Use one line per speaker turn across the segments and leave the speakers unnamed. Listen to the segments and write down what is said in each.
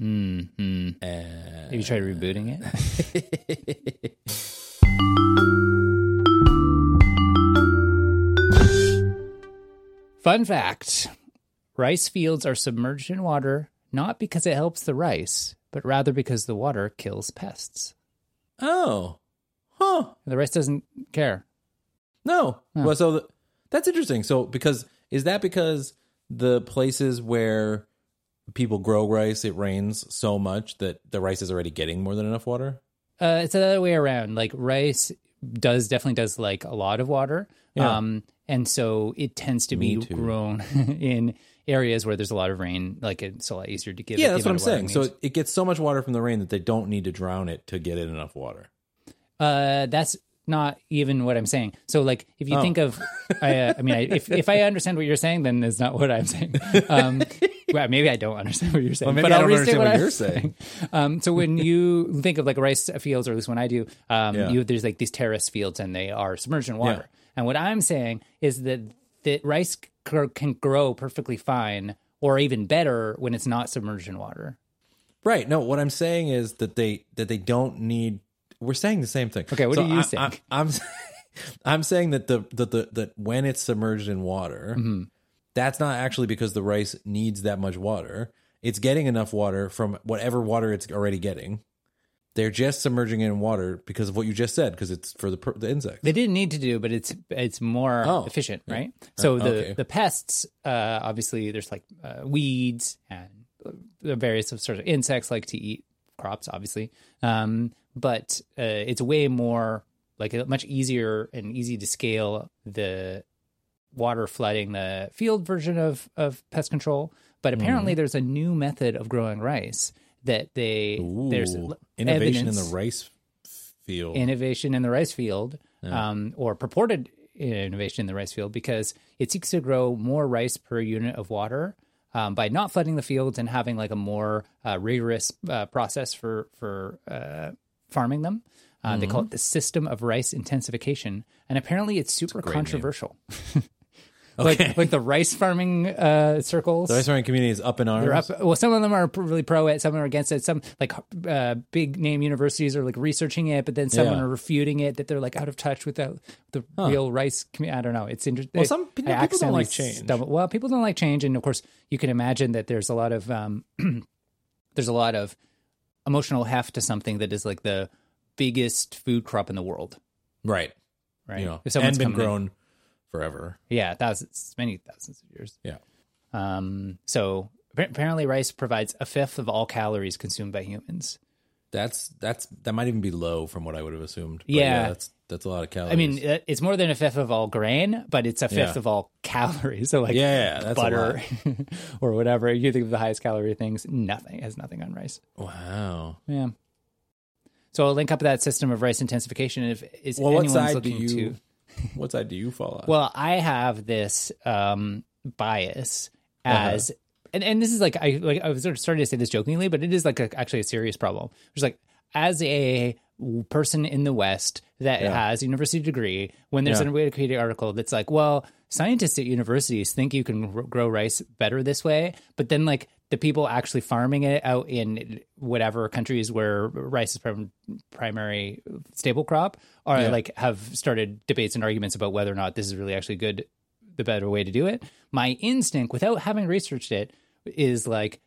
Mm-hmm.
Uh,
Maybe try rebooting it. Fun fact rice fields are submerged in water not because it helps the rice, but rather because the water kills pests.
oh, huh?
The rice doesn't care.
No. Well, so th- that's interesting. So because is that because the places where people grow rice, it rains so much that the rice is already getting more than enough water?
Uh, it's the other way around. Like rice does definitely does like a lot of water.
Yeah.
Um, and so it tends to
Me
be
too.
grown in areas where there's a lot of rain. Like it's a lot easier to give.
Yeah,
the
that's what I'm
amount of water
saying.
it
So
needs.
it- it gets so much water from the rain that they don't need to drown it to get it enough water.
Uh, that's not even what I'm saying. So, like, if you
Oh.
think of, I, uh, I mean, I, if if I understand what you're saying, then it's not what I'm saying. Um, well, maybe I don't understand what you're saying.
maybe
but
I
I'll
don't
restate
understand what
I'm
you're saying.
Um, so when you think of like rice fields, or at least when I do, um,
Yeah.
you there's like these terrace fields, and they are submerged in water. And what I'm saying is that that rice c- can grow perfectly fine, or even better, when it's not submerged in water.
Right. No, what I'm saying is that they that they don't need. We're saying the same thing.
Okay, what
So
do you
I,
think?
I, am I'm saying that the that the that when it's submerged in water,
Mm-hmm.
that's not actually because the rice needs that much water. It's getting enough water from whatever water it's already getting. They're just submerging it in water because of what you just said, because it's for the, per- the insects.
They didn't need to do, but it's it's more
Oh.
efficient, right? So the
okay.
the pests, uh, obviously, there's like uh, weeds and the various sort of insects like to eat crops, obviously. Um, but uh, it's way more like uh, much easier and easy to scale the water flooding the field version of of pest control. But apparently,
Mm-hmm.
there's a new method of growing rice that they
Ooh,
there's
innovation
evidence
in the rice field.
innovation in the rice field um, or purported innovation in the rice field because it seeks to grow more rice per unit of water um, by not flooding the fields and having like a more uh, rigorous uh, process for for uh, farming them. Uh, They
Mm-hmm.
call it the system of rice intensification, and apparently it's super controversial.
okay.
like like the rice farming uh, circles.
the rice farming community is up in arms.
They're up- Uh, Well, some of them are pr- really pro it, some are against it. Some like uh, big name universities are like researching it, but then someone
Yeah.
are refuting it that they're like out of touch with the, the real rice community. I don't know. It's interesting. Well,
some pe- people don't like change.
well, people don't like change, and of course, you can imagine that there's a lot of um, there's a lot of emotional heft to something that is like the biggest food crop in the world,
right.
right?
You know,
If
and
someone's
been
coming in-
grown forever.
yeah, thousands, many thousands of years.
Yeah.
Um, so appa- apparently, rice provides a fifth of all calories consumed by humans.
That's that's that might even be low from what I would have assumed. But
Yeah.
that's that's a lot of calories.
I mean, it- it's more than a fifth of all grain, but it's a fifth
Yeah.
of all calories. So, like
Yeah, that's a
butter or whatever. You think of the highest calorie things, nothing has nothing on rice.
wow.
Yeah. So I'll link up that system of rice intensification. If is
Well, what
anyone's
side do
looking
you?
to
What side do you fall on?
Well, I have this um, bias as, and, and this is like I like I was sort of starting to say this jokingly, but it is like a, actually a serious problem. It's like as a person in the West that has a university degree, when there's
Yeah.
a way to create an article that's like, well, scientists at universities think you can r- grow rice better this way, but then like the people actually farming it out in whatever countries where rice is prim- primary staple crop are like have started debates and arguments about whether or not this is really actually good the better way to do it my instinct without having researched it is like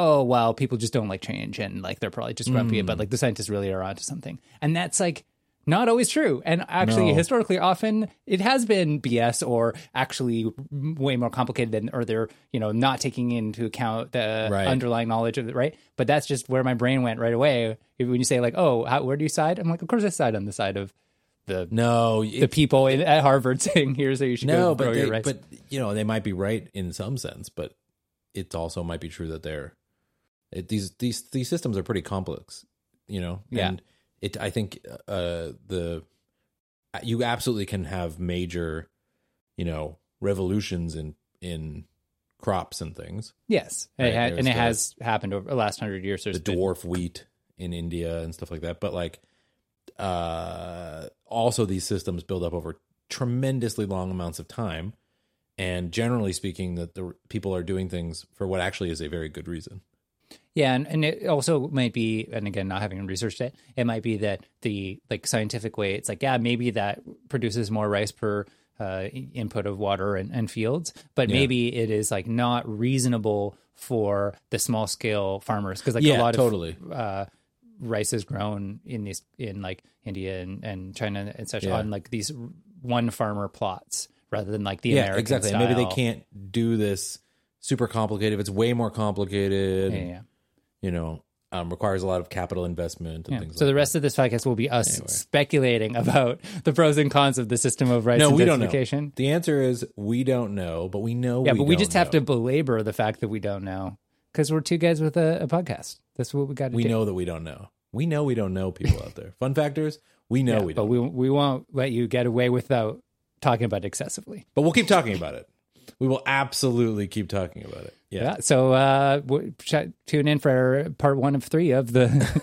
oh well people just don't like change and like they're probably just grumpy but like the scientists really are onto something and that's like not always true and actually
No.
historically often it has been bs or actually way more complicated than or they're you know not taking into account the
Right.
underlying knowledge of it right but that's just where my brain went right away when you say like oh how, where do you side i'm like of course i side on the side of the
no,
the
it-
people in, at harvard saying here's how you should
no,
go grow
but
your
they,
rice
but you know they might be right in some sense, but it also might be true that they're it, these these these systems are pretty complex, you know.
Yeah.
And it I think uh the uh, you absolutely can have major, you know, revolutions in in crops and things.
yes
Right,
it ha-
there's
and it
the-
has happened over the last hundred years there's
the
been-
dwarf wheat in India and stuff like that. But like, uh, also these systems build up over tremendously long amounts of time, and generally speaking, that the people are doing things for what actually is a very good reason.
Yeah, and, and it also might be, and again, not having researched it, it might be that the like scientific way, it's like, yeah, maybe that produces more rice per uh, input of water and, and fields, but
Yeah.
maybe it is like not reasonable for the small scale farmers because like
Yeah,
a lot
totally.
of uh, rice is grown in these in like India and, and China and such
Yeah.
on like these one farmer plots rather than like the
yeah,
American
exactly. And Maybe they
style.
can't do this super complicated. If It's way more complicated.
Yeah, yeah, yeah.
You know, um, requires a lot of capital investment and
Yeah.
things.
So
like
the rest of this podcast will be us
Anyway.
speculating about the pros and cons of the system of rights
that. no, we don't know.
identification.
The answer is we don't know, but we know.
Yeah, but we just have
know.
to belabor the fact that we don't know because we're two guys with a, a podcast. That's what we got to
We
do.
know that we don't know. We know we don't know people out there. Fun factors. We know
Yeah,
we
but
don't.
we we won't let you get away without talking about it excessively.
But we'll keep talking about it. We will absolutely keep talking about it. Yeah.
Yeah. So uh, w- ch- tune in for part one of three of the.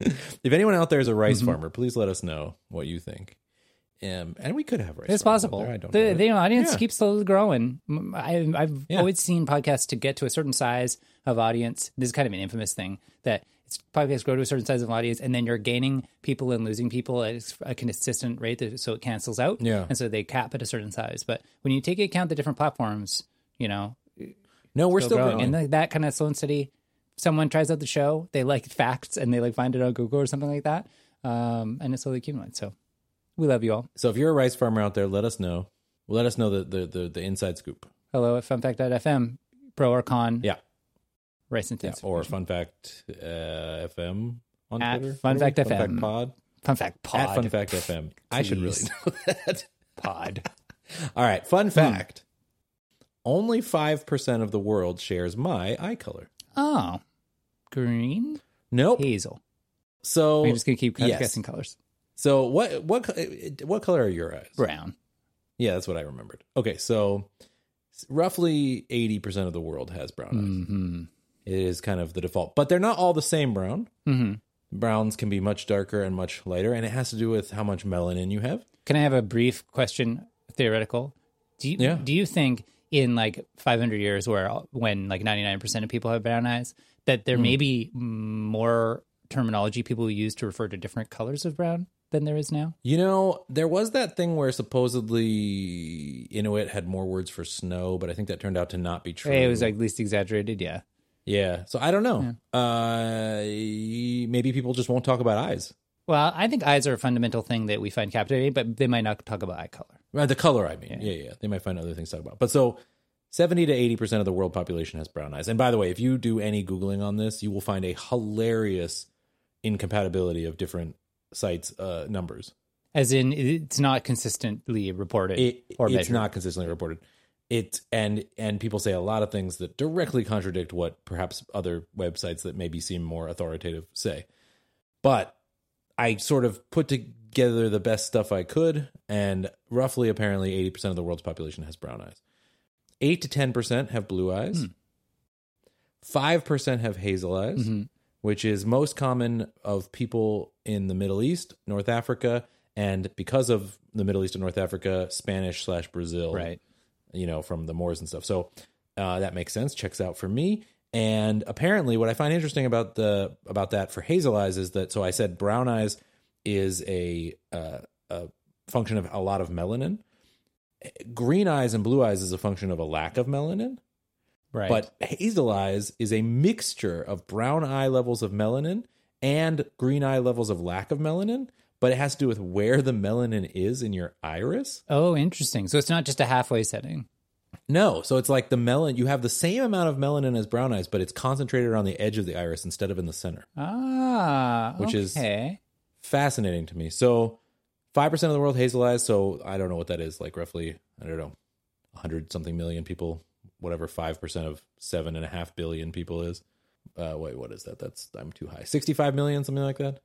If anyone out there is a rice
Mm-hmm.
farmer, please let us know what you think. Um, and we could have rice.
it's
farmers out
possible.
there. I don't
the,
know.
the audience
Yeah.
keeps slowly growing. M- I, I've
Yeah.
always seen podcasts to get to a certain size of audience. This is kind of an infamous thing that it's podcasts grow to a certain size of audience, and then you're gaining people and losing people at a consistent rate, that- so it cancels out.
Yeah.
And so they cap at a certain size. But when you take into account the different platforms, you know,
no, we're still,
still
going.
growing. And like that kind of slow and steady. Someone tries out the show, they like facts, and they like find it on Google or something like that, um, and it slowly accumulates. So we love you all.
So if you're a rice farmer out there, let us know. Let us know the the the, the inside scoop.
Hello at funfact.fm, pro or con,
Yeah.
rice intense.
Or fun fact uh, FM on
At
Twitter.
Fun
What are we?
Fact
Fun
FM.
Fact Pod.
Fun fact pod.
At Fun Fact FM. I should really
Please.
know that.
pod.
All right.
Hmm.
Fun fact. Only five percent of the world shares my eye color.
Oh, green
Nope.
hazel.
So
We're just gonna keep
yes.
guessing colors.
so what what co- uh, what color are your eyes?
Brown.
Yeah, that's what I remembered. Okay, so s- roughly 80% of the world has brown eyes.
Mm-hmm.
It is kind of the default, but they're not all the same brown.
Mm-hmm.
Browns can be much darker and much lighter, and it has to do with how much melanin you have.
Can I have a brief question? Theoretical. Do you
Yeah.
do you think in like 500 years, where all- when like 99 percent of people have brown eyes, that
Hmm.
there may be more terminology people use to refer to different colors of brown than there is now?
You know, there was that thing where supposedly Inuit had more words for snow, but I think that turned out to not be true.
It was like least exaggerated. Yeah.
yeah. So I don't know. Uh, maybe people just won't talk about eyes,
Well, I think eyes are a fundamental thing that we find captivating, but they might not talk about eye color.
Uh, the color. I mean, yeah, yeah. They might find other things to talk about. But so, seventy to eighty percent of the world population has brown eyes. And by the way, if you do any googling on this, you will find a hilarious incompatibility of different sites' uh, numbers.
As in, it's not consistently reported
it,
or
it's
measured.
not consistently reported it and and people say a lot of things that directly contradict what perhaps other websites that maybe seem more authoritative say but i sort of put together the best stuff i could and roughly apparently 80% of the world's population has brown eyes 8 to 10% have blue eyes 5% have hazel eyes which is most common of people in the Middle East, North Africa, and because of the Middle East and North Africa, Spanish slash Brazil,
right.
You know, from the Moors and stuff. So uh, that makes sense. Checks out for me. And apparently, what I find interesting about the about that for hazel eyes is that so I said brown eyes is a uh, a function of a lot of melanin. Green eyes and blue eyes is a function of a lack of melanin.
Right.
But hazel eyes is a mixture of brown eye levels of melanin and green eye levels of lack of melanin, but it has to do with where the melanin is in your iris.
oh, interesting. So it's not just a halfway setting.
No, so it's like the melon you have the same amount of melanin as brown eyes, but it's concentrated on the edge of the iris instead of in the center.
Ah,
Which is-
okay.
Fascinating to me. So 5% of the world hazel eyes, so I don't know what that is, like roughly, I don't know, 100 something million people, whatever 5% of 7.5 billion people is. Uh, wait, what is that? That's I'm too high. 65 million, something like that. Does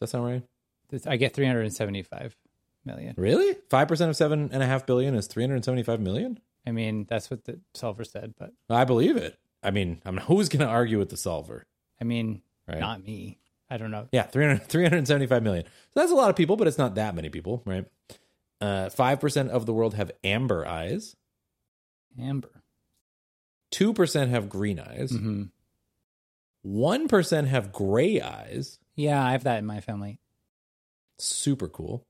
that sound right?
This- I get 375 million.
Really? 5% of 7.5 billion is 375 million?
I mean, that's what the solver said, but
I believe it. I mean, I'm who's going to argue with the solver?
I mean,
Right.
not me. I don't know.
Yeah, 300, 375 million. So that's a lot of people, but it's not that many people, right? Uh, 5% of the world have amber eyes.
Amber.
2% have green eyes.
hmm
1% have gray eyes.
Yeah, I have that in my family.
Super cool.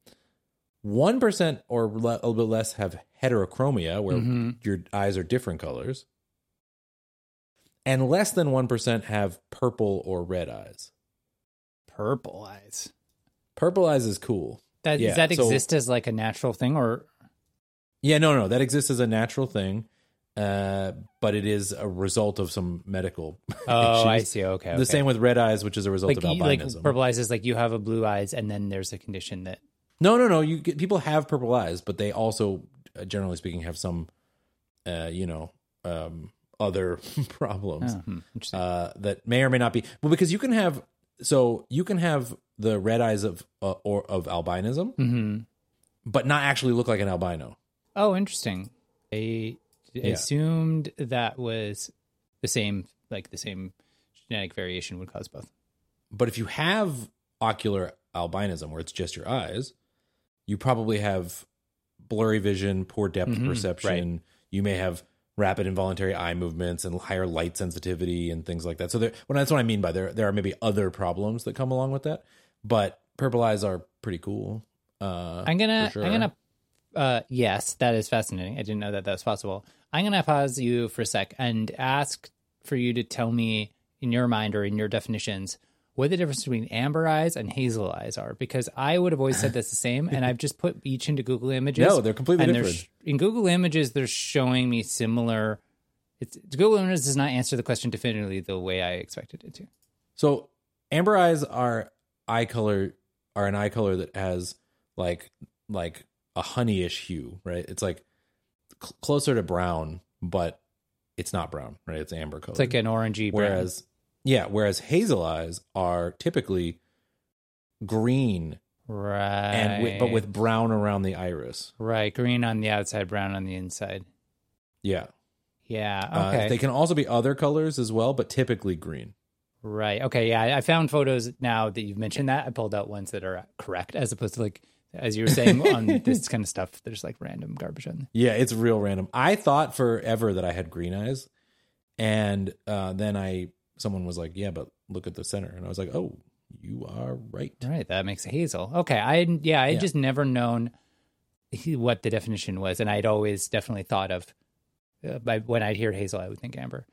1% or le- a little bit less have heterochromia, where
Mhm.
your eyes are different colors. And less than 1% have purple or red eyes.
Purple eyes.
Purple eyes is cool.
That
Yeah,
does that
so-
exist as like a natural thing or
Yeah, no, no, that exists as a natural thing, uh, but it is a result of some medical.
Oh, I
issues.
see. Okay.
The same with red eyes, which is a result
like,
of
you- like
albinism.
purple eyes is like you have a blue eyes and then there's a condition that
No, no, no. You get, people have purple eyes, but they also, uh, generally speaking, have some, uh, you know, um, other problems
oh, hmm, interesting.
uh, that may or may not be. Well, because you can have, so you can have the red eyes of uh, or of albinism,
hmm
but not actually look like an albino.
Oh, interesting. They assumed that was the same like the same genetic variation would cause both.
But if you have ocular albinism, where it's just your eyes, you probably have blurry vision, poor depth perception. You may have rapid involuntary eye movements and higher light sensitivity and things like that. So there, well, that's what I mean by there. There are maybe other problems that come along with that, but purple eyes are pretty cool. Uh,
I'm gonna,
for sure.
I'm gonna, uh, yes, that is fascinating. I didn't know that that was possible. I'm gonna pause you for a sec and ask for you to tell me in your mind or in your definitions what the difference between amber eyes and hazel eyes are, because I would have always said that's the same, and I've just put each into Google Images.
No, they're completely
and
different.
sh- in Google Images, they're showing me similar. It's, Google Images does not answer the question definitively the way I expected it to.
So amber eyes are eye color are an eye color that has like like a honeyish hue, right? It's like cl- closer to brown, but it's not brown, right? It's amber color.
It's like an orangey. brown.
whereas yeah, whereas hazel eyes are typically green
right,
and wi- but with brown around the iris.
right green on the outside, brown on the inside.
Yeah.
Yeah.
Uh,
Okay.
they can also be other colors as well, but typically green.
right. Okay. Yeah. I- I found photos now that you've mentioned that. I pulled out ones that are correct as opposed to like, as you were saying on this kind of stuff, there's like random garbage on there.
Yeah, it's real random. I thought forever that I had green eyes, and uh, then I someone was like, "Yeah, but look at the center," and I was like, "Oh, you are right."
All right. That makes a hazel. Okay. I, hadn't- yeah, I had
Yeah.
just never known what the definition was. And I'd always definitely thought of, uh, by, when I'd hear hazel, I would think amber.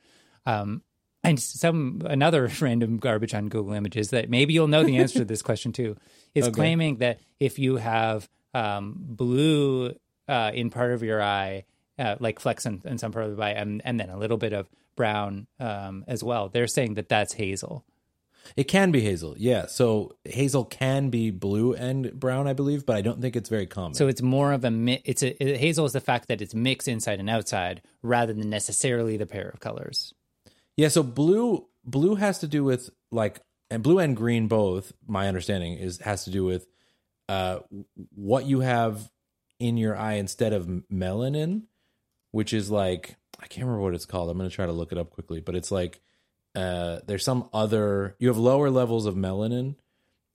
Um, and some another random garbage on Google Images that maybe you'll know the answer to this question too is
Okay.
claiming that if you have um, blue uh, in part of your eye, uh, like flecks in, in some part of the eye, and, and then a little bit of brown um, as well, they're saying that that's hazel.
It can be hazel, yeah. So hazel can be blue and brown, I believe, but I don't think it's very common.
So it's more of a mi- it's a it- hazel is the fact that it's mixed inside and outside rather than necessarily the pair of colors.
yeah, so blue blue has to do with like and blue and green both. My understanding is has to do with uh, what you have in your eye instead of m- melanin, which is like I can't remember what it's called. I'm going to try to look it up quickly, but it's like uh, there's some other you have lower levels of melanin,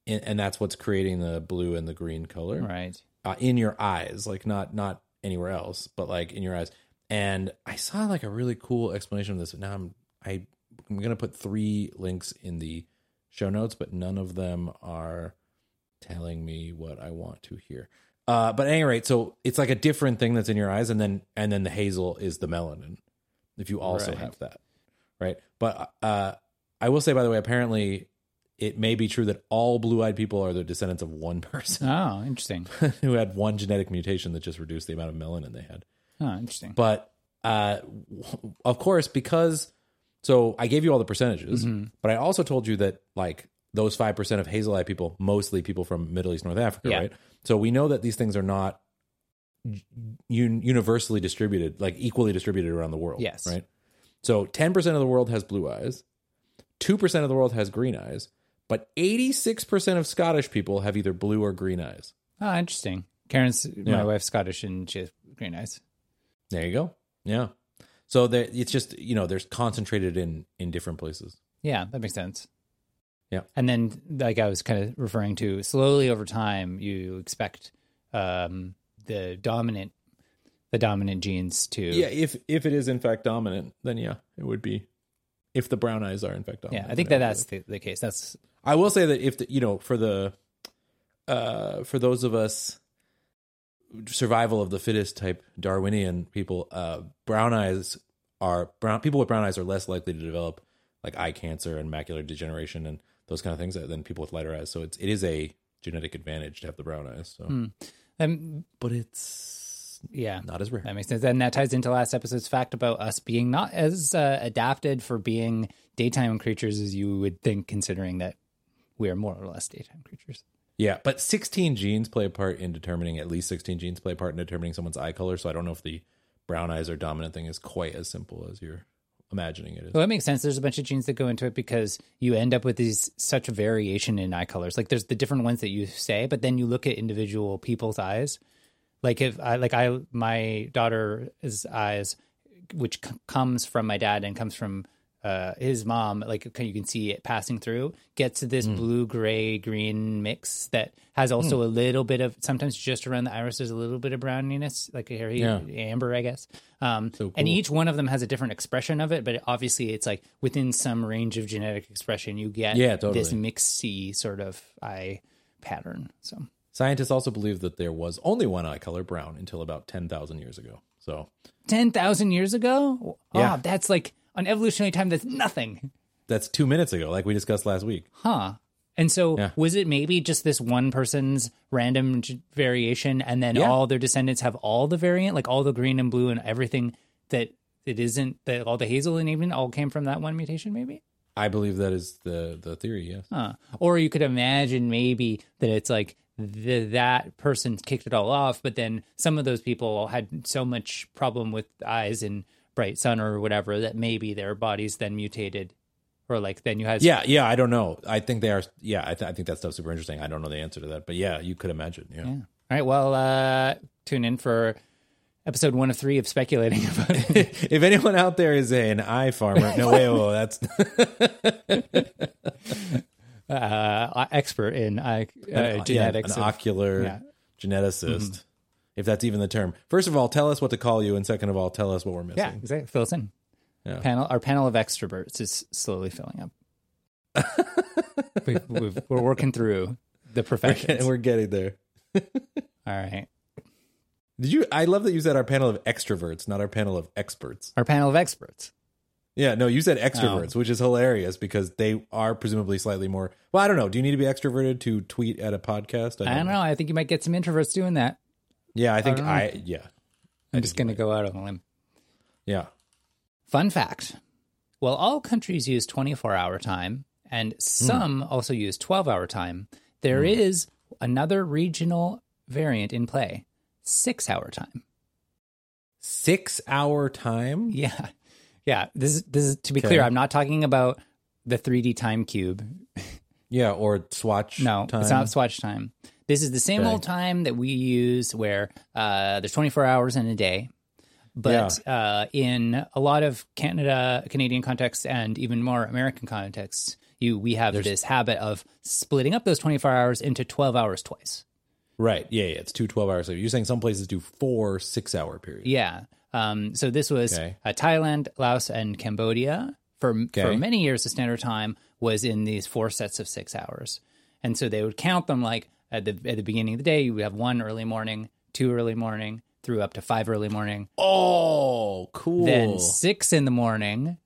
and, and that's what's creating the blue and the green color
Right.
uh, in your eyes, like not not anywhere else, but like in your eyes. And I saw like a really cool explanation of this. But now I'm I I'm gonna put three links in the show notes, but none of them are telling me what I want to hear. Uh, but at any rate, so it's like a different thing that's in your eyes, and then and then the hazel is the melanin. If you also
Right.
have that, right? But uh, I will say, by the way, apparently it may be true that all blue-eyed people are the descendants of one person
Oh, interesting.
who had one genetic mutation that just reduced the amount of melanin they had.
Oh, interesting.
But uh, w- of course, because so I gave you all the percentages,
Mm-hmm.
but I also told you that like those five percent of hazel eye people, mostly people from Middle East North Africa,
Yeah.
right? So we know that these things are not un- universally distributed, like equally distributed around the world.
Yes.
right. So ten percent of the world has blue eyes, two percent of the world has green eyes, but eighty-six percent of Scottish people have either blue or green eyes.
Oh, interesting. Karen's
Yeah.
my wife's Scottish and she has green eyes.
There you go. Yeah. So there, it's just you know, there's concentrated in in different places.
Yeah, that makes sense.
Yeah.
And then, like I was kind of referring to, slowly over time, you expect um, the dominant the dominant genes to
Yeah. If if it is in fact dominant, then yeah, it would be if the brown eyes are in fact
Yeah,
dominant.
I think that uh, that's the, the case. That's
I will say that if the, you know for the uh for those of us survival of the fittest type Darwinian people, uh brown eyes are brown people with brown eyes are less likely to develop like eye cancer and macular degeneration and those kind of things than people with lighter eyes. So it's it is a genetic advantage to have the brown eyes.
Hmm.
So
um,
but it's
yeah.
not as rare.
That makes sense. And that ties into last episode's fact about us being not as uh, adapted for being daytime creatures as you would think, considering that we are more or less daytime creatures.
Yeah, but 16 genes play a part in determining at least 16 genes play a part in determining someone's eye color. So I don't know if the brown eyes are dominant thing is quite as simple as you're imagining it is.
Well, that makes sense. There's a bunch of genes that go into it because you end up with these such variation in eye colors. Like there's the different ones that you say, but then you look at individual people's eyes. Like if I like I my daughter's eyes, which c- comes from my dad and comes from uh, his mom, like can- you can see it passing through, gets to
Mm.
this blue, gray, green mix that has
Hmm.
also a little bit of sometimes just around the iris there's a little bit of browniness, like a hairy
Yeah.
amber, I guess. Um,
So
And
cool.
each one of them has a different expression of it, but obviously it's like within some range of genetic expression, you get
Yeah, totally.
this mixy sort of eye pattern. So
Scientists also believe that there was only one eye color, brown, until about 10,000 years ago. So
ten thousand years ago,
Yeah.
oh, that's like on evolutionary time, that's nothing,
that's 2 minutes ago like we discussed last week.
huh? And so,
Yeah.
was it maybe just this one person's random g- variation, and then
Yeah.
all their descendants have all the variant, like all the green and blue and everything that it isn't that all the hazel and even all came from that one mutation, maybe?
I believe that is the the theory, yes.
Huh. Or you could imagine maybe that it's like the, that person kicked it all off, but then some of those people had so much problem with eyes in bright sun or whatever that maybe their bodies then mutated, or like then you had
Yeah, yeah, I don't know. I think they are yeah, I, th- I think that stuff's super interesting. I don't know the answer to that, but yeah, you could imagine. Yeah.
All right. Well, uh, tune in for episode one of three of speculating about it.
If anyone out there is an eye farmer, no wait, whoa, that's
uh, expert in eye
an-
uh, genetics.
yeah, an
of-
ocular
yeah. Mm-hmm.
geneticist, if that's even the term. First of all, tell us what to call you, and second of all, tell us what we're
yeah,
missing.
exactly. Fill us in.
Yeah.
Panel, our panel of extroverts is slowly filling up. we, we've, we're working through the
And
perfections.
we're getting there.
All right.
Did you? I love that you said our panel of extroverts, not our panel of experts.
Our panel of experts.
Yeah, no, you said extroverts,
Oh.
which is hilarious because they are presumably slightly more. Well, I don't know. Do you need to be extroverted to tweet at a podcast?
I don't know. I think you might get some introverts doing that.
Yeah, I think
don't know.
I, Yeah,
I'm just going to go out on a limb.
yeah.
Fun fact. While all countries use 24 hour time and some also use 12 hour time, there is another regional variant in play six hour time.
Six hour time.
Yeah. Yeah. This is, this is to be clear,
Okay.
I'm not talking about the 3D time cube.
Yeah, or swatch.
No,
time.
it's not Swatch time. This is the same
Okay.
old time that we use where uh, there's 24 hours in a day. But uh, in a lot of Canada, Canadian contexts, and even more American contexts, you we have this habit of splitting up those 24 hours into 12 hours twice.
right. Yeah, yeah. It's two 12 hours. You're saying some places do four six hour periods.
Yeah. Um, so this was
Okay.
uh, Thailand, Laos, and Cambodia for for
Okay.
many years. The standard time was in these four sets of six hours, and so they would count them like at the at the beginning of the day. You would have one early morning, two early morning, through up to five early morning,
Oh, cool.
then six in the morning,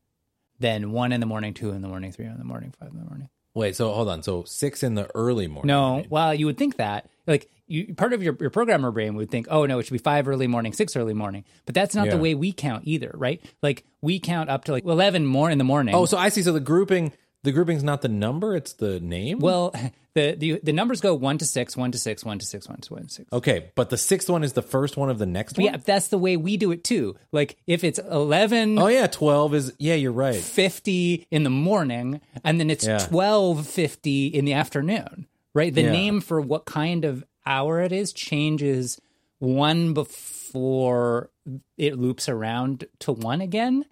then one in the morning, two in the morning, three in the morning, five in the morning.
Wait, so hold on. So six in the early morning.
No, well, you would think that. Like you, part of your, your programmer brain would think, oh no, it should be five early morning, six early morning. But that's not the
Yeah.
way we count either, right? Like we count up to like eleven more in the morning.
Oh, so I see. So the grouping, the grouping's not the number; it's the name.
well, the, the the numbers go one to six, one to six, one to six, one to one to six.
okay, but the sixth one is the first one of the next one.
Yeah, that's the way we do it too. Like if it's eleven
Oh yeah, twelve is. Yeah, you're right.
fifty in the morning, and then it's
Yeah.
twelve fifty in the afternoon, right? The
Yeah.
name for what kind of hour it is changes one before it loops around to one again.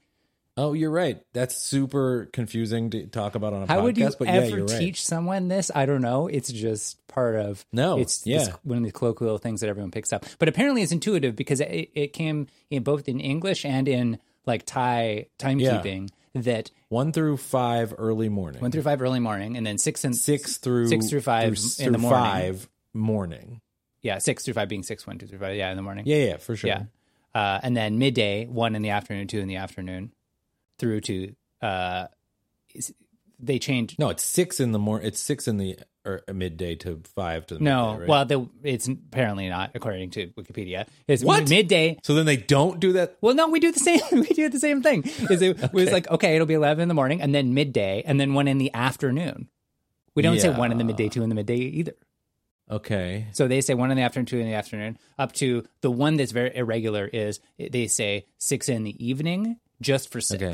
Oh, you're right. That's super confusing to talk about on a
How
podcast.
would you
but yeah,
ever
you're right.
teach someone this? I don't know. It's just part of
No,
It's
yeah.
it's one of the colloquial things that everyone picks up. But apparently, it's intuitive because it, it came in both in English and in like Thai timekeeping. that
One through five early morning.
one through five early morning, and then six and
six through
six through five
s-
in the morning.
Five morning.
yeah, six through five being six, one, two, three, five, yeah, in the morning,
Yeah, yeah, for sure.
yeah, uh, and then midday, one in the afternoon, two in the afternoon, through to uh, is- they change.
No, it's six in the morning. It's six in the or midday to five to the
No,
midday, right?
well, the, it's apparently not according to Wikipedia. It's
What?
midday
so then they don't do that.
Well, no, we do the same. We do the same thing. Is it was like okay, it'll be eleven in the morning, and then midday, and then one in the afternoon. We don't say one in the midday, two in the midday either.
Okay,
So they say one in the afternoon, two in the afternoon, up to the one that's very irregular is they say six in the evening, just for six.
Okay.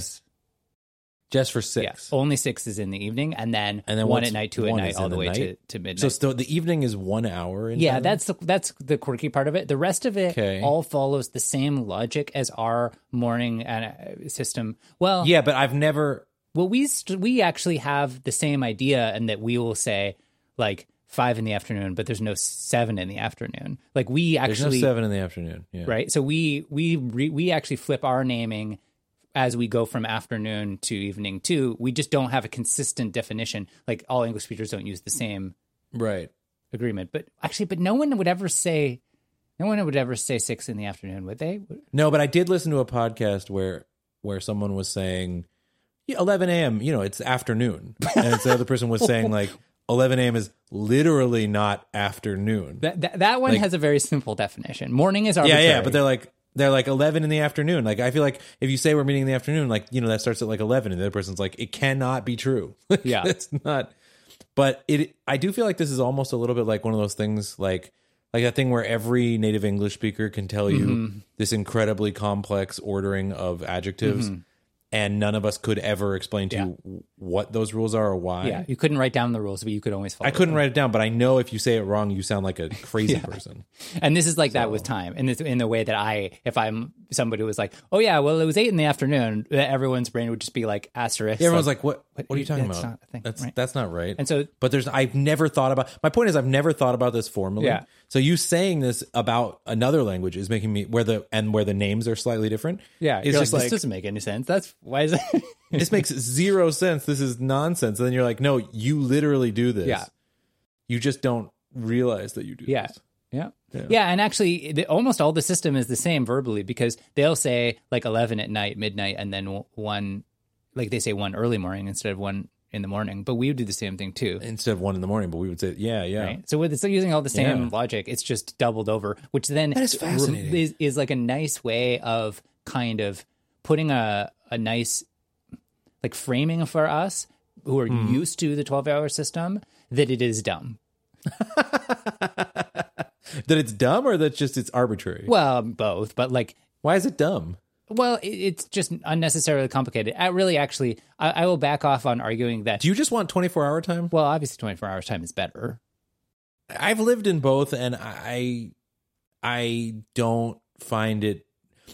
just for
Yeah,
six.
only six is in the evening, and then
And then
one
once
at night, two at
one
night,
is
all
in
the
the
way to,
night?
to midnight.
so still, the evening is one hour. In
Yeah,
Thailand?
that's the, that's the quirky part of it. The rest of it
Okay.
all follows the same logic as our morning uh, system. Well,
yeah, but I've never.
Well, we st- we actually have the same idea, and that we will say like five in the afternoon, but there's no seven in the afternoon. Like we
There's no
actually
seven in the afternoon. Yeah,
right. So we we re- we actually flip our naming as we go from afternoon to evening too. We just don't have a consistent definition. Like all English speakers don't use the same
right.
agreement. But actually, but no one would ever say. No one would ever say six in the afternoon, would they?
No, but I did listen to a podcast where where someone was saying yeah, 11 a.m. You know, it's afternoon, and it's the other person was saying like 11 a.m. is literally not afternoon.
That that, that one has a very simple definition. Morning is
yeah,
arbitrary.
yeah, but they're like they're like 11 in the afternoon. Like I feel like if you say we're meeting in the afternoon, like you know that starts at like 11, and the other person's like it cannot be true.
Yeah.
it's not. But it, I do feel like this is almost a little bit like one of those things, like like that thing where every native English speaker can tell you
Mm-hmm.
this incredibly complex ordering of adjectives,
Mm-hmm.
and none of us could ever explain to you what those rules are or why.
yeah. You couldn't write down the rules, but you could always follow.
I couldn't write it down, but I know if you say it wrong, you sound like a crazy person.
And this is like that with time, and it's in the way that I, if I'm somebody who was like, oh yeah, well it was eight in the afternoon, that everyone's brain would just be like asterisk.
Yeah, everyone's like, "What? What,
what-
are you talking
that's
about?
not a thing,
that's
right."
that's not right."
And so-
but there's I've never thought about. My point is, I've never thought about this formally.
Yeah.
So you saying this about another language is making me where the and where the names are slightly different.
yeah,
it's
you're
just
like,
like
this doesn't make any sense. That's why is it?
this makes zero sense. This is nonsense. And then you're like, no, you literally do this.
Yeah.
You just don't realize that you do.
yeah.
this.
yeah, yeah, And actually, the, almost all the system is the same verbally because they'll say like eleven at night, midnight, and then w- one, like they say one early morning instead of one in the morning. But we would do the same thing too.
Instead of one in the morning, but we would say, yeah, yeah.
Right? So with it's using all the same
Yeah.
logic, it's just doubled over, which then
That is fascinating.
re- Is, is like a nice way of kind of putting a a nice like framing for us who are used to the twelve hour system that it is dumb.
That it's dumb or that's just it's arbitrary.
Well, both, but like.
Why is it dumb?
Well, it- it's just unnecessarily complicated. I really, actually, I, I will back off on arguing that.
Do you just want 24 hour time?
well, obviously, twenty-four hours time is better.
I've lived in both, and I I don't find it.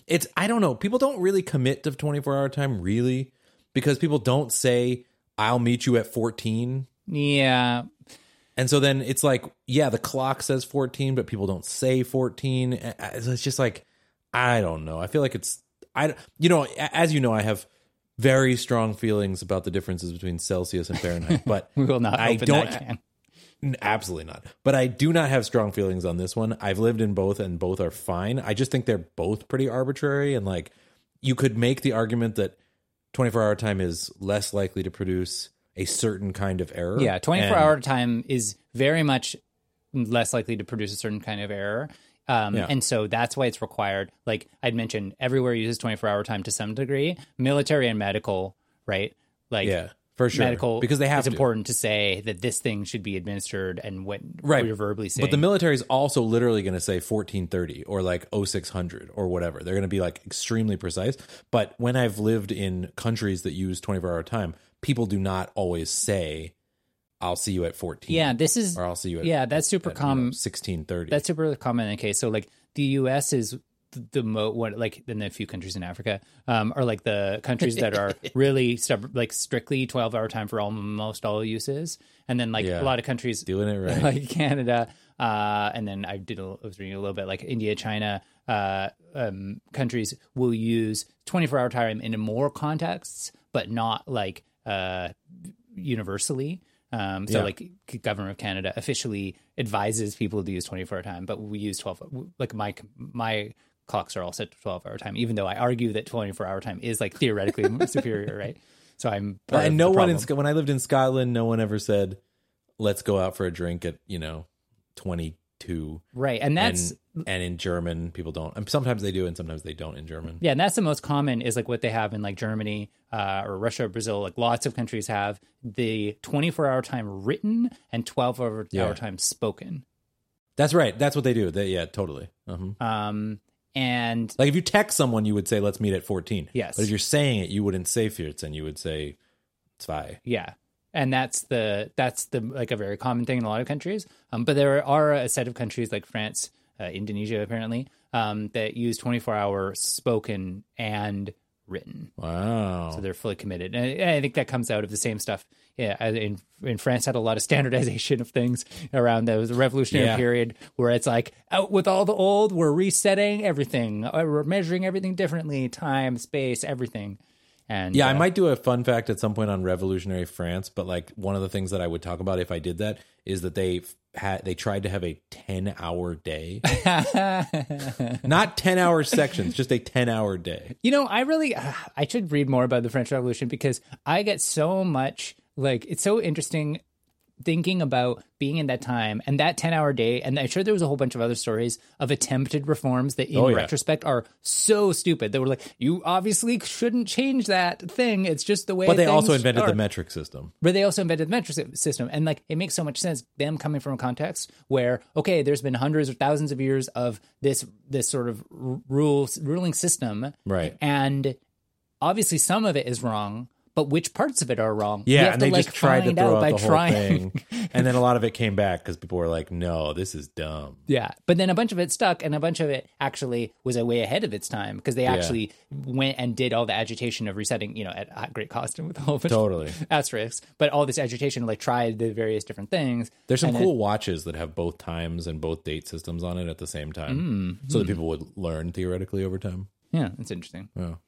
It's I don't know. People don't really commit to twenty four hour time really because people don't say I'll meet you at fourteen,
Yeah,
and so then it's like yeah, the clock says fourteen, but people don't say fourteen. Uh, uh, It's just like I don't know. I feel like it's I you know a- as you know I have very strong feelings about the differences between Celsius and Fahrenheit, but
we will not.
I
open
don't-
That can.
N- Absolutely not. But I do not have strong feelings on this one. I've lived in both and both are fine. I just think they're both pretty arbitrary and like you could make the argument that 24 hour time is less likely to produce a certain kind of error.
Yeah, 24
And-
hour time is very much less likely to produce a certain kind of error. Um,
Yeah.
And so that's why it's required. Like I'd mentioned, everywhere uses 24 hour time to some degree, military and medical, right? Like
Yeah, for sure.
medical,
because they have
it's
to.
important to say that this thing should be administered and what
Right.
we're verbally saying.
But the military is also literally going to say 1430 or like 0600 or whatever. They're going to be like extremely precise. But when I've lived in countries that use 24 hour time, people do not always say, I'll see you at 14.
yeah, this is,
Or I'll see you at
yeah, that's super common.
sixteen thirty.
That's super common in the case. So like the U.S. is th- the mo what like in the few countries in Africa um, are like the countries that are really sub- like strictly twelve hour time for almost all uses, and then like
Yeah.
a lot of countries
doing it right.
like Canada, uh, and then I did a, I was reading a little bit like India, China, uh, um, countries will use 24 hour time in more contexts, but not like uh, universally. Um, so
Yeah.
like government of Canada officially advises people to use 24 hour time, but we use 12 like my my clocks are all set to 12 hour time even though I argue that 24 hour time is like theoretically superior, right? So I'm part of
and no
the
one in
problem.
Sc- when I lived in Scotland, no one ever said, "Let's go out for a drink at you know twenty two.
right. And that's
And and in German, people don't. And sometimes they do, and sometimes they don't in German.
Yeah, and that's the most common is like what they have in like Germany uh, or Russia or Brazil. Like lots of countries have the 24 hour time written and 12 hour,
Yeah.
hour time spoken.
That's right. That's what they do. They, yeah, totally. Uh-huh.
Um, and
Like if you text someone, you would say, "Let's meet at 14.
Yes.
But if you're saying it, you wouldn't say 14. You would say zwei.
yeah, and that's the that's the like a very common thing in a lot of countries. Um, but there are a set of countries like France, uh, Indonesia apparently um, that use 24 hour spoken and written.
Wow.
so they're fully committed. And I I think that comes out of the same stuff. Yeah, I- in in France had a lot of standardization of things around the, the revolutionary
Yeah.
period, where it's like out with all the old, we're resetting everything, Uh, we're measuring everything differently, time, space, everything. And
yeah, I
uh,
might do a fun fact at some point on revolutionary France, but like one of the things that I would talk about if I did that is that they f- had they tried to have a 10-hour day. Not 10-hour sections, just a 10-hour day.
You know, I really I should read more about the French Revolution because I get so much like it's so interesting thinking about being in that time and that 10 hour day and i'm sure there was a whole bunch of other stories of attempted reforms that in
Oh, yeah.
retrospect are so stupid they were like you obviously shouldn't change that thing it's just the way
But they also
things
invented
are.
the metric system.
But they also invented the metric sy- system. And like, it makes so much sense them coming from a context where, okay, there's been hundreds or thousands of years of this, this sort of r- rule, ruling system.
Right.
And obviously some of it is wrong, but which parts of it are wrong? We
Yeah,
have
and
to,
they
like,
just tried to
find out
throw out,
by
the whole thing. And then a lot of it came back cuz people were like, "No, this is dumb."
Yeah, but then a bunch of it stuck, and a bunch of it actually was a way ahead of its time because they actually went and did all the agitation of resetting, you know, at at great cost and with a whole bunch
Totally.
of asterisks. But all this agitation, like, tried the various different things.
There's some cool watches that have both times and both date systems on it at the same time.
Mm,
so
hmm.
that people would learn theoretically over time.
Yeah, that's interesting.
Yeah.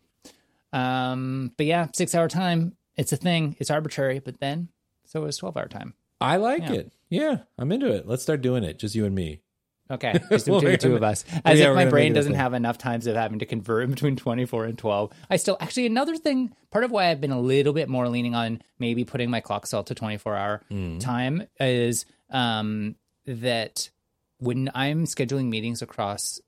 Um, but yeah, six hour time, it's a thing, it's arbitrary, but then so is 12 hour time.
I like it. Yeah, I'm into it. Let's start doing it. Just you and me.
Okay, just
Well,
between
we're
the two
gonna-
of us. As
yeah, we're
if my
gonna make it
brain
a
doesn't
thing.
have enough times of having to convert between 24 and 12. I still, actually, another thing, part of why I've been a little bit more leaning on maybe putting my clock cell to 24 hour
Mm.
time is um, that when I'm scheduling meetings across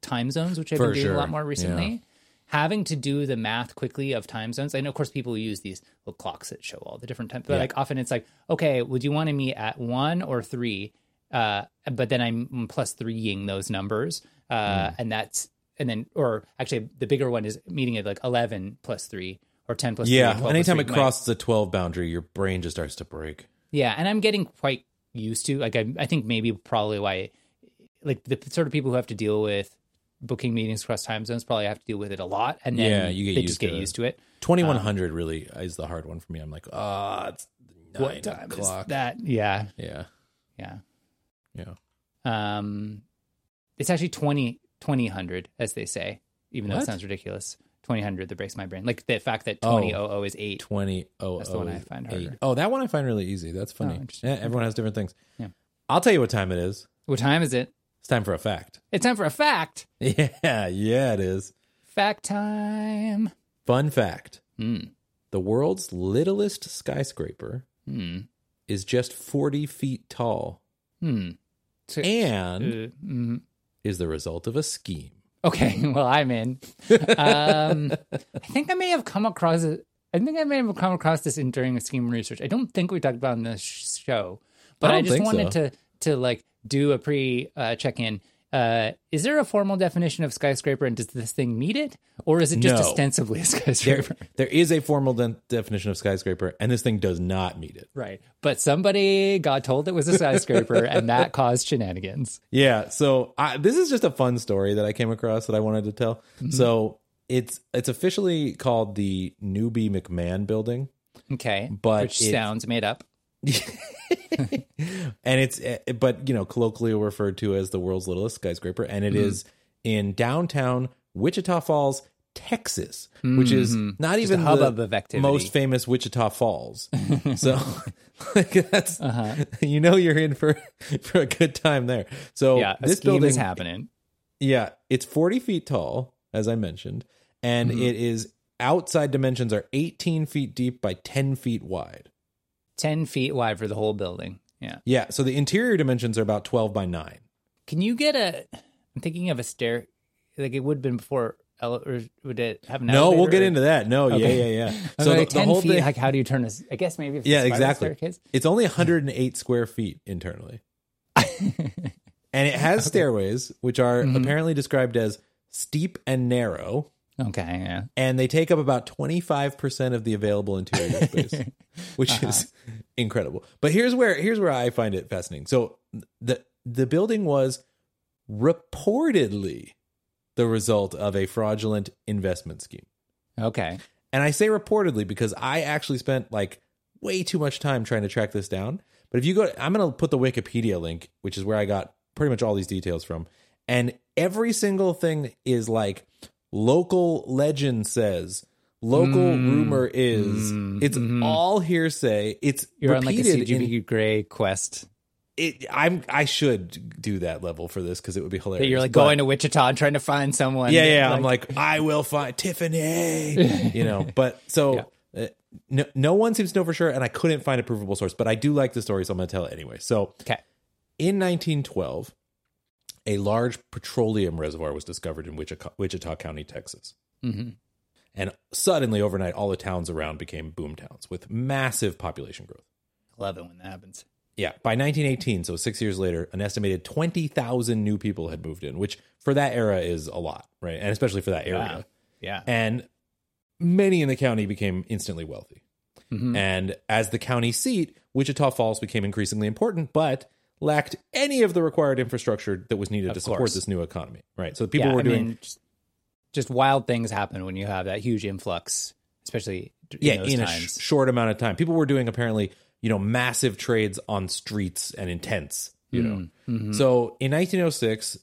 time zones, which I've
For
been doing
sure.
a lot more
Yeah.
recently, having to do the math quickly of time zones. I know, of course, people use these little clocks that show all the different times, but like often it's like, okay, would you want to meet at one or three? Uh, but then I'm plus threeing those numbers, uh,
Mm.
and that's and then or actually the bigger one is meeting at like eleven plus three or ten plus Three,
Yeah,
12 plus
anytime
three.
it
My-
crosses a 12 boundary, your brain just starts to break.
yeah, and I'm getting quite used to like I, I think maybe probably why like the sort of people who have to deal with booking meetings across time zones probably have to deal with it a lot, and then
Yeah, you get
they
used
just get
to it.
used to it.
2100 really is the hard one for me. I'm like, ah, it's nine
Uh. What time is
o'clock.
that? Yeah,
Yeah,
yeah.
yeah.
Um, it's actually 20, 2000, as they say, even though
What? Oh.
it sounds ridiculous. 2000 that breaks my brain. Like the fact that 2000 is 8.
20
the one I find harder.
Oh, that one I find really easy. That's funny.
Oh, interesting.
yeah, everyone has different things.
Yeah.
I'll tell you what time it is.
What time is it?
It's time for a fact.
It's time for a fact.
Yeah, yeah, it is.
Fact time.
Fun fact
Hmm.
the world's littlest skyscraper
Hmm.
is just 40 feet tall
Hmm. So-
and
Uh, mm.
is the result of a scheme.
Okay, well, I'm in. Um, I think I may have come across it. I think I may have come across this in during scheme research. I don't think we talked about it on this sh- show, but
I
I,
don't
just
think
wanted to to like do a pre uh, check in. Uh, is there a formal definition of skyscraper, and does this thing meet it, or is it just
No.
ostensibly a
There,
skyscraper?
there is a formal de- definition of skyscraper, and this thing does not meet it.
Right, but somebody got told it was a skyscraper, and that caused shenanigans.
Yeah. So I, this is just a fun story that I came across that I wanted to tell. So it's it's officially called the Newbie McMahon Building,
Okay,
But
which
it's-
sounds made up.
and it's eh, but you know colloquially
Mm-hmm.
referred to as the world's littlest skyscraper, and it is in downtown Wichita Falls, Texas, which is not
Mm-hmm. Just a
even
hubbub
the
of activity.
most famous Wichita Falls. so like that's
Uh-huh.
you know you're in for for a good time there. So
yeah, a
Oh, this
scheme
building
is happening.
yeah, it's 40 feet tall, as I mentioned, and
Mm-hmm.
it is outside dimensions are 18 feet deep by 10 feet wide.
Ten feet wide for the whole building. Yeah.
Yeah, so the interior dimensions are about 12 by 9.
Can you get a? I'm thinking of a stair. Like it would have been before, ele- or would it have an?
No, we'll
elevator,
get
or-
into that. No,
Okay.
yeah, yeah, yeah.
I was
So
like,
the, the
10
whole
feet,
thing,
Like, how do you turn this? I guess maybe. If
yeah,
it's a spiral
exactly.
Staircase.
It's only 108 square feet internally, and it has stairways, which are
Mm-hmm.
apparently described as steep and narrow,
okay. Yeah.
and they take up about 25% of the available interior space which
Uh-huh.
is incredible but here's where here's where i find it fascinating so the the building was reportedly the result of a fraudulent investment scheme
Okay.
and i say reportedly because i actually spent like way too much time trying to track this down but if you go i'm going to put the wikipedia link which is where i got pretty much all these details from and every single thing is like local legend says local
Mm.
rumor is
Mm.
it's
Mhm.
all hearsay it's
You're on like a
repeated
CGB
in,
Grey quest.
it, i'm i should do that level for this because it would be hilarious
That you're like
But-
going to Wichita and trying to find someone.
yeah, yeah. I'm like, I will find Tiffany. you know, but so uh, no, no one seems to know for sure, and I couldn't find a provable source. But I do like the story, so I'm going to tell it anyway. So
okay.
in 1912, a large petroleum reservoir was discovered in Wichita, Wichita County, Texas.
Mhm.
And suddenly, overnight, all the towns around became boom towns with massive population growth.
Love it when that happens.
Yeah, by 1918, so six years later, an estimated 20,000 new people had moved in, which for that era is a lot, right? And especially for that area
Wow. Yeah.
and many in the county became instantly wealthy.
Mhm.
And as the county seat, Wichita Falls became increasingly important, but lacked any of the required infrastructure that was needed
Of
to support
course.
this new economy. Right. So people
Yeah,
were
I
doing
mean, just, just wild things happen when you have that huge influx, especially d- in
yeah
those
in a
times.
sh- short amount of time. People were doing apparently you know massive trades on streets and in tents. You know.
Mm, mm-hmm.
So in 1906,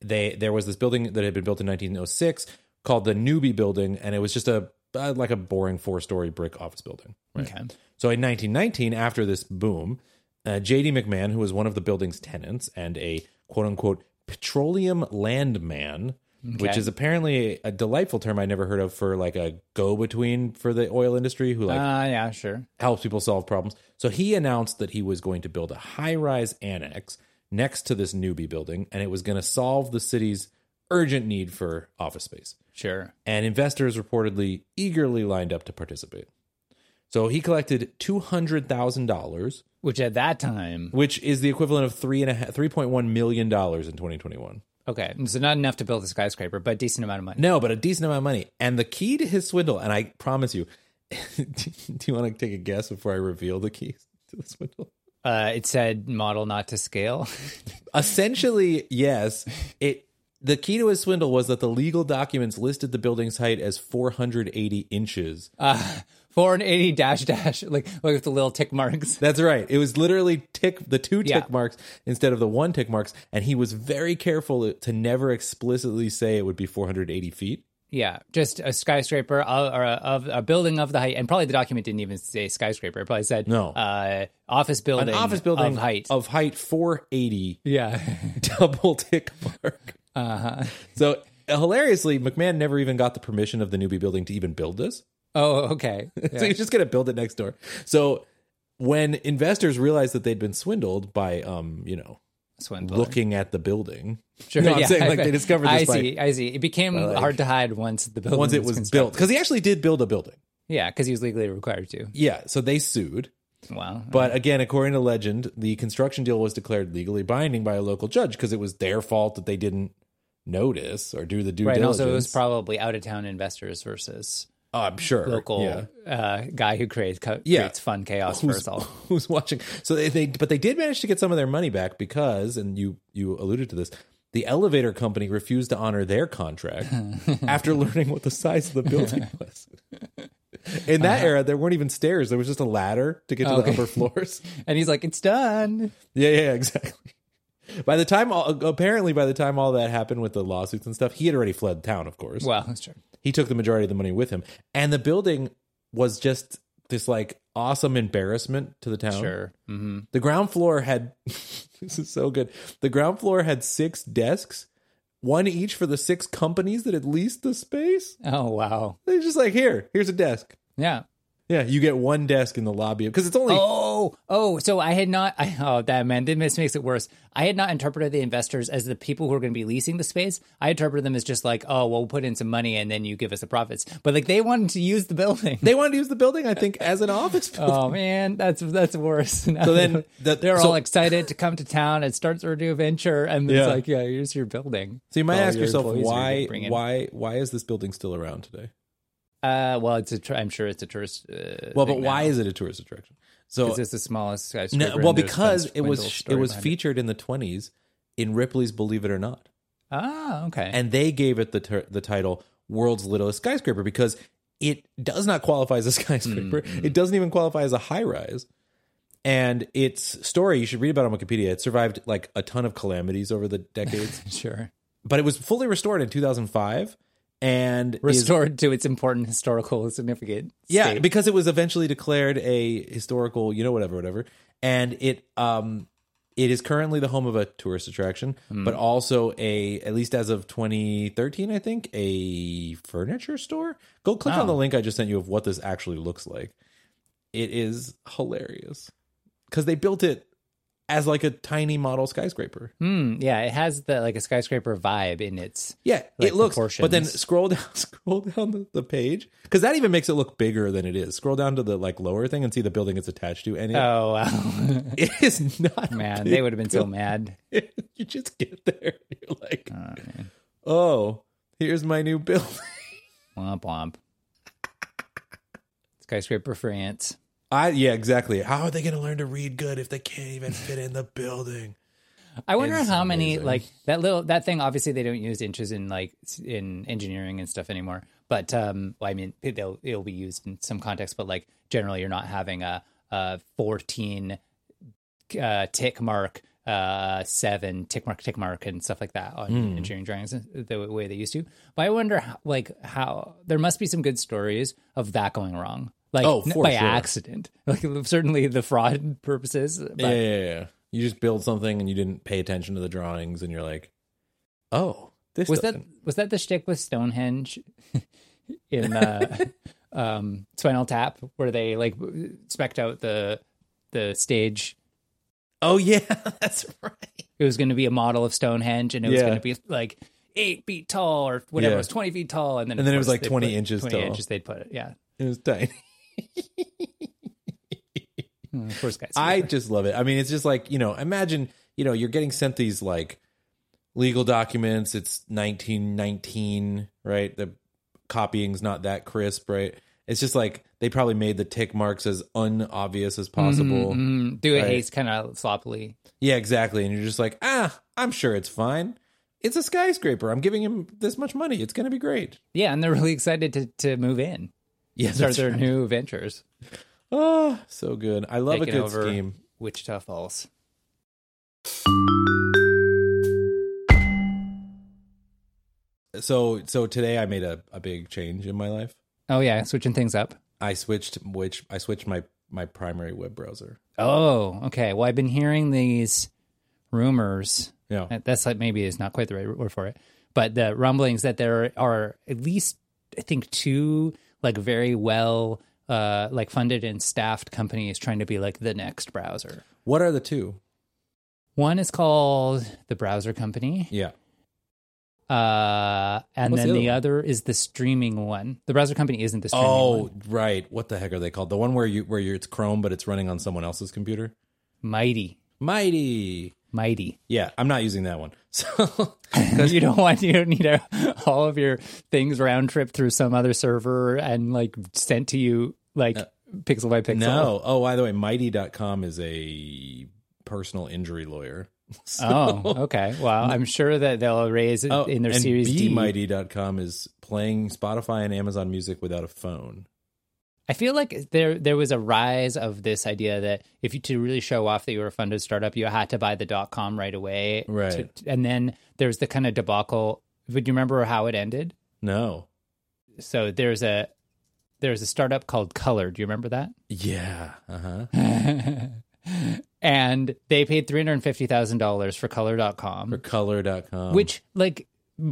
they there was this building that had been built in 1906 called the Newbie Building, and it was just a uh, like a boring four story brick office building. Right.
okay.
So in 1919, after this boom, uh, J.D. McMahon, who was one of the building's tenants and a quote unquote petroleum landman, which
Okay.
is apparently a delightful term I never heard of for like a go between for the oil industry who like
Ah, yeah, sure.
helps people solve problems. So he announced that he was going to build a high rise annex next to this newbie building and it was going to solve the city's urgent need for office space
Sure.
and investors reportedly eagerly lined up to participate. So he collected two hundred thousand dollars,
Which at that time,
which is the equivalent of three and a half, three point one million dollars in twenty twenty one.
okay, so not enough to build a skyscraper, but decent amount of money.
No, but a decent amount of money. And the key to his swindle, and I promise you, do you want to take a guess before I reveal the keys to the swindle?
Uh, it said model not to scale.
Essentially, yes. It the key to his swindle was that the legal documents listed the building's height as four hundred eighty inches,
Uh, 480 dash dash, like, like with the little tick marks.
That's right. It was literally tick the two tick
Yeah.
marks instead of the one tick marks, and he was very careful to never explicitly say it would be 480 feet.
Yeah, just a skyscraper of, or a, of a building of the height, and probably the document didn't even say skyscraper. It probably said
No.
uh, office building,
An office building Oh.
of height.
of height 480
yeah,
double tick mark.
uh-huh.
So hilariously, McMahon never even got the permission of the newbie building to even build this.
Oh, okay.
So he's just going to build it next door. So when investors realized that they'd been swindled by, um, you know,
Swindler.
looking at the building,
Sure,
no, I'm
yeah,
saying
I
like they
bet.
discovered this
I
by-
see. I see. It became
like-
hard to hide once the building
once it was
constructed.
built, because he actually did build a building.
Yeah, because he was legally required to.
Yeah. So they sued.
Wow.
But again, according to legend, the construction deal was declared legally binding by a local judge because it was their fault that they didn't notice or do the due
right, and
diligence.
also it was probably out of town investors versus
Oh, I'm sure
local
yeah.
uh, guy who creates co-
Yeah.
creates fun chaos for
Who's,
us all.
who's watching? So they, they, but they did manage to get some of their money back because, and you you alluded to this, the elevator company refused to honor their contract after learning what the size of the building was. In that era, there weren't even stairs; there was just a ladder to get to the
Uh-huh. Okay.
upper floors.
And he's like, "It's done."
Yeah, yeah, exactly. By the time, all, apparently, by the time all that happened with the lawsuits and stuff, he had already fled town, of course.
Well, that's true.
He took the majority of the money with him, and the building was just this like awesome embarrassment to the town.
Sure. hmm
The ground floor had this is so good. The ground floor had six desks, one each for the six companies that had leased the space.
Oh wow.
They're just like, here, here's a desk.
Yeah.
Yeah, you get one desk in the lobby because it's only
Oh, oh, so I had not. I, oh, that man, this makes it worse. I had not interpreted the investors as the people who are going to be leasing the space. I interpreted them as just like, oh, well, we'll put in some money and then you give us the profits. But like, they wanted to use the building.
they wanted to use the building, I think, as an office building.
Oh man, that's that's worse. Now
So then the-
they're
so-
all excited to come to town and start their new venture, and
Yeah.
it's like, yeah, here's your building.
So you might
All
ask
your
yourself
employees are
why
gonna bring in.
why why is this building still around today?
Uh, well, it's a. Tr- I'm sure it's a tourist. Uh,
Well, but
thing
why
now.
is it a tourist attraction? So
'Cause it's the smallest skyscraper?
no,
and
well
there's
because
some
it was
swindle
it
story
was
behind
featured in the 20s in Ripley's Believe It or Not.
Ah, okay.
And they gave it the ter- the title World's Littlest Skyscraper because it does not qualify as a skyscraper.
Mm-hmm.
It doesn't even qualify as a high rise. And its story, you should read about it on Wikipedia. It survived like a ton of calamities over the decades,
sure.
but it was fully restored in 2005 and is-
restored to its important historical significance.
yeah
state.
because it was eventually declared a historical you know whatever whatever and it um it is currently the home of a tourist attraction but also a at least as of 2013 i think a furniture store go click on the link i just sent you of what this actually looks like it is hilarious because they built it as like a tiny model skyscraper
Hmm, yeah, it has the like a skyscraper vibe in its.
yeah
Like
it looks but then
proportions.
scroll down scroll down the, the page because that even makes it look bigger than it is scroll down to the like lower thing and see the building it's attached to and it
Oh wow,
It is not.
man,
big.
they would have been so mad.
you just get there. and You're like, oh, here's my new building.
Womp womp. Skyscraper for ants.
I yeah, exactly. How are they going to learn to read good if they can't even fit in the building?
I wonder
It's
how many
amazing.
like that little that thing. Obviously, they don't use inches in like s- in engineering and stuff anymore. But um, well, I mean, it- they'll it'll be used in some context. But like generally, you're not having a a fourteen uh, tick mark, uh, seven tick mark, tick mark, and stuff like that on
Hmm.
engineering drawings uh, the way they used to. But I wonder how, like how there must be some good stories of that going wrong. Like
Oh,
n-
for
by
sure.
accident, like certainly the fraud purposes. But
yeah, yeah, yeah. You just build something and you didn't pay attention to the drawings, and you're like, oh, this
was that
doesn't-
was that the shtick with Stonehenge in uh, um, Spinal Tap, where they like specked out the the stage?
Oh yeah, that's right.
It was going to be a model of Stonehenge, and it was
Yeah.
going to be like eight feet tall or whatever.
Yeah.
It was twenty feet tall, and then
And then
of
it was,
course,
like,
they
20
put-
inches
Twenty
tall.
inches, they'd put it. Yeah,
It was tiny.
Mm, of course, guys.
I just love it. I mean, it's just like, you know, imagine, you know, you're getting sent these like legal documents. It's 1919, right? The copying's not that crisp, right? It's just like they probably made the tick marks as unobvious as possible.
Mm, do it
Right.
haste kind of sloppily.
Yeah, exactly. And you're just like, ah, I'm sure it's fine. It's a skyscraper. I'm giving him this much money. It's going to be great.
Yeah, and they're really excited to to move in,
Yeah,
start
that's
their
right.
new ventures.
Ah, so good. I love
Taking
a good
over
scheme.
Wichita Falls.
So, so today I made a, a big change in my life.
Oh yeah, switching things up.
I switched which I switched my my primary web browser.
Oh, okay. Well, I've been hearing these rumors.
Yeah.
That- That's like maybe it's not quite the right word for it, but the rumblings that there are at least I think two like very well uh like funded and staffed companies trying to be like the next browser.
What are the two?
One is called the Browser Company,
Yeah.
uh, and
What's
then
the
the
other
other is the streaming one. The Browser Company isn't the streaming one.
Oh, right. What the heck are they called? The one where you where you it's Chrome but it's running on someone else's computer?
Mighty,
Mighty.
mighty.
Yeah, I'm not using that one. So
because you don't want you don't need a, all of your things round trip through some other server and like sent to you like pixel by pixel.
Uh, no. Oh, by the way, mighty.com is a personal injury lawyer.
Oh, okay. Well, I'm sure that they'll raise it
Oh,
in their
and
series D. I
bmighty.com is playing Spotify and Amazon Music without a phone.
feel like there there was a rise of this idea that if you to really show off that you were a funded startup, you had to buy the dot com right away.
Right.
to- and then there's the kind of debacle. Would you remember how it ended?
No.
so there's a there's a startup called Color. Do you remember that?
Yeah. Uh huh.
and they paid $350,000 for color.com,
For color.com.
which like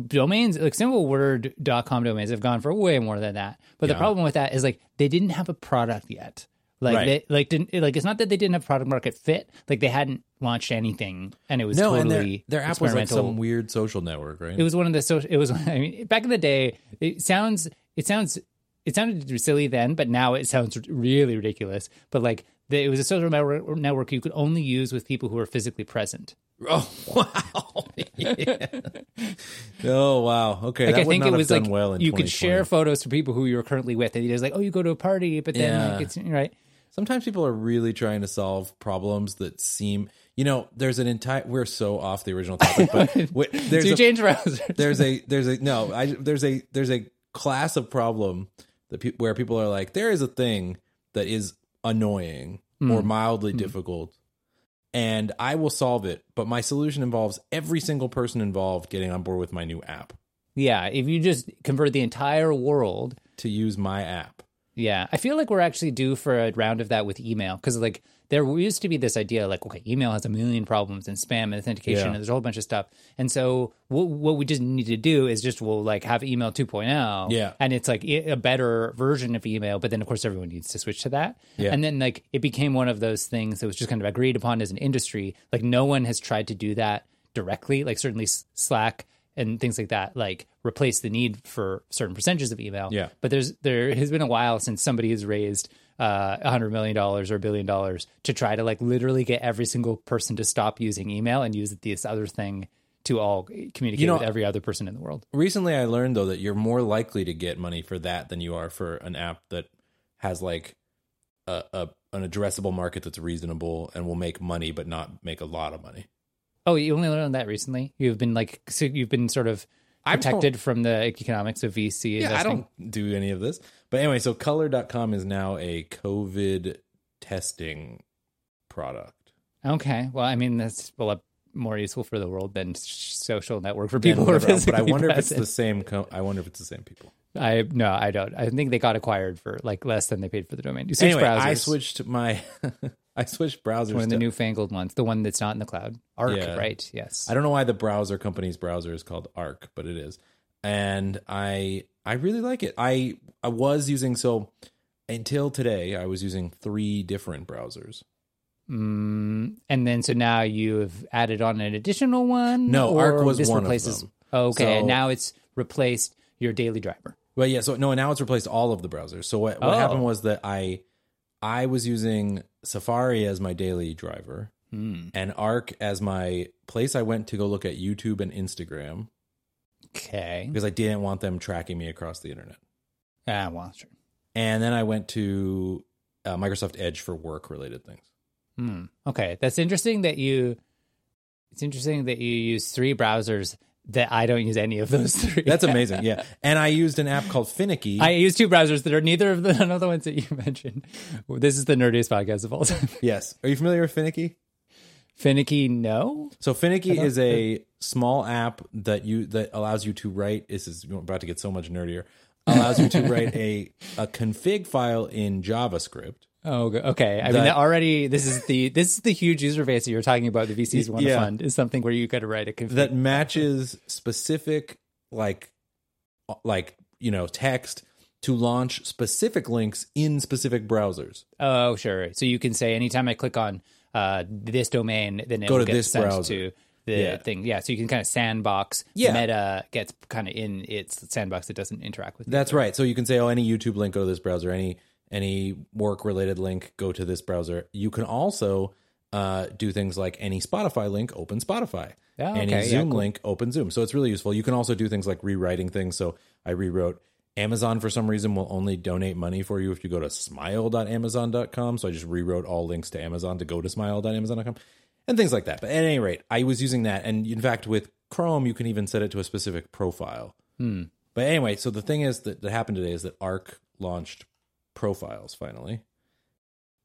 domains, like single word .com domains have gone for way more than that. But the problem with that is like they didn't have a product yet. Like
Right.
they like didn't like it's not that they didn't have product market fit, like they hadn't launched anything and it was
no, and
totally
their, their app was
experimental.
like some weird social network, right?
It was one of the social. It was. I mean, back in the day, it sounds. It sounds. It sounded silly then, but now it sounds really ridiculous. But like, the, it was a social network, network you could only use with people who were physically present.
oh wow. Yeah. Oh wow. Okay,
Like,
that
I
would
think
not
it
have
was
done
like
well in
you could
2020.
share photos to people who you were currently with, and it was like, oh, you go to a party, but then
Yeah.
like it's right.
Sometimes people are really trying to solve problems that seem, you know, there's an entire. We're so off the original topic, but wait,
So
there's
you
a,
change browsers.
there's a there's a no I there's a there's a class of problem that pe- where people are like there is a thing that is annoying or mildly difficult and I will solve it but my solution involves every single person involved getting on board with my new app
yeah, if you just convert the entire world
to use my app
Yeah, I feel like we're actually due for a round of that with email because like there used to be this idea like okay, email has a million problems and spam and authentication
Yeah.
and there's a whole bunch of stuff. And so what what we just need to do is just we'll like have email 2.0.
Yeah.
and it's like i- a better version of email, but then of course everyone needs to switch to that.
Yeah.
and then like it became one of those things that was just kind of agreed upon as an industry. Like no one has tried to do that directly. Like certainly S- Slack and things like that like replace the need for certain percentages of email
Yeah.
but there's there has been a while since somebody has raised uh, $100 million or a billion dollars to try to like literally get every single person to stop using email and use this other thing to all communicate
You know-
with every other person in the world.
recently I learned though that you're more likely to get money for that than you are for an app that has like a, a an addressable market that's reasonable and will make money but not make a lot of money
Oh, you only learned that recently? You've been like, so you've been sort of
I'm told-
protected from the economics of VC
Yeah, I
investing?
don't do any of this. But anyway, so color.com is now a COVID testing product.
Okay. Well, I mean, that's well, uh, more useful for the world than s- social network for people
And
who are
whatever else,
physically
but I wonder if it's
present.
the same co- I wonder if it's the same people.
I no, I don't. I think they got acquired for like less than they paid for the domain. You switch
anyway, I
browsers.
switched my I switched browsers
one of the
to-
newfangled ones, the one that's not in the cloud. Arc,
Yeah.
right? Yes.
I don't know why the browser company's browser is called Arc, but it is. And I I really like it. I I was using so until today I was using three different browsers.
Mm, and then so now you've added on an additional one.
No, Arc
or
was
this
one of
replaces,
them.
Okay,
So-
and now it's replaced your daily driver.
Well, yeah. So no, and now it's replaced all of the browsers. So what, what
Oh.
happened was that I I was using Safari as my daily driver
Hmm.
and Arc as my place I went to go look at YouTube and Instagram
Okay.
because I didn't want them tracking me across the internet.
Ah, well, sure.
And then I went to uh, Microsoft Edge for work related things.
Hmm. Okay, that's interesting that you. It's interesting that you use three browsers that I don't use any of those three.
That's amazing. yeah. And I used an app called Finicky.
I use two browsers that are neither of the none of the ones that you mentioned. This is the nerdiest podcast of all time.
yes. Are you familiar with Finicky?
Finicky, no.
So Finicky is a small app that you that allows you to write. This is we're about to get so much nerdier. Allows you to write a a config file in JavaScript.
Oh, go- okay. I mean, that already this is the this is the huge user base that you're talking about. The VCs want to
Yeah.
fund is something where you got to write a config.
that matches specific like like you know text to launch specific links in specific browsers.
oh, sure. So you can say anytime I click on uh, this domain, then it
Go
will
to
get
this
sent
browser.
to the
Yeah.
thing. Yeah. So you can kind of sandbox.
Yeah.
Meta gets kind of in its sandbox that doesn't interact with. it.
That's right. So you can say, oh, any YouTube link go to this browser. Any any work related link go to this browser. You can also uh, do things like any Spotify link open Spotify.
Yeah,
any
okay. Yeah,
Zoom
cool.
link open Zoom. So it's really useful. You can also do things like rewriting things. So I rewrote Amazon for some reason will only donate money for you if you go to smile.amazon.com. So I just rewrote all links to Amazon to go to smile.amazon.com and things like that. But at any rate, I was using that. And in fact, with Chrome, you can even set it to a specific profile.
Hmm.
But anyway, so the thing is that, that happened today is that Arc launched profiles finally,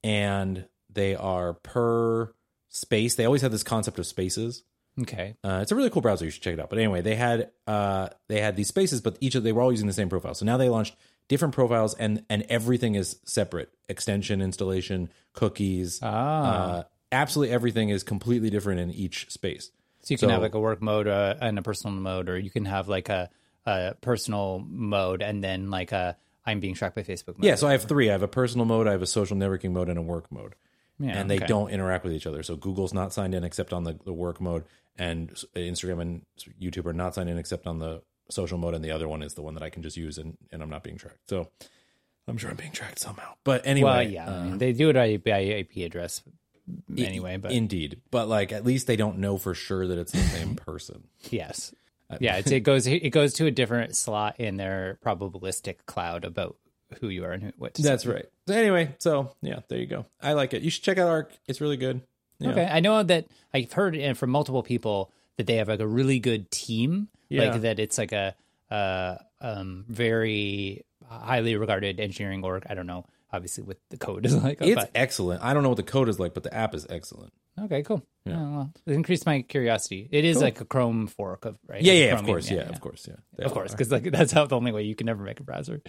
and they are per space. They always have this concept of spaces.
Okay.
Uh, it's a really cool browser. You should check it out. But anyway, they had uh, they had these spaces, but each of they were all using the same profile. So now they launched different profiles, and and everything is separate: extension, installation, cookies.
Ah.
Uh, absolutely everything is completely different in each space.
So you can
So-
have like a work mode uh, and a personal mode, or you can have like a, a personal mode and then like a I'm being tracked by Facebook mode.
Yeah, so I have three. I have a personal mode, I have a social networking mode, and a work mode.
Yeah,
and they
okay.
don't interact with each other. So Google's not signed in except on the, the work mode, and s- Instagram and s- YouTube are not signed in except on the social mode, and the other one is the one that I can just use, and, and I'm not being tracked. So I'm sure I'm being tracked somehow. But anyway, uh,
Well, yeah,
Uh-huh.
I mean, they do it by, by IP address anyway, but
indeed. But like, at least they don't know for sure that it's the same person.
yes, yeah, it's, it goes it goes to a different slot in their probabilistic cloud about who you are and who, what. To say.
That's right. So anyway, so yeah, there you go. I like it. You should check out Arc. It's really good. Yeah.
Okay, I know that I've heard uh, from multiple people that they have like a really good team,
Yeah.
like that it's like a uh, um, very highly regarded engineering org. I don't know, obviously with the code is like,
It's
but
excellent. I don't know what the code is like, but the app is excellent.
okay, cool. Yeah. well, it increased my curiosity. It is like a Chrome fork of right?
Yeah,
Like
yeah, of
Chromium,
course. Yeah, of course. Yeah,
of course, because like that's how the only way you can ever make a browser.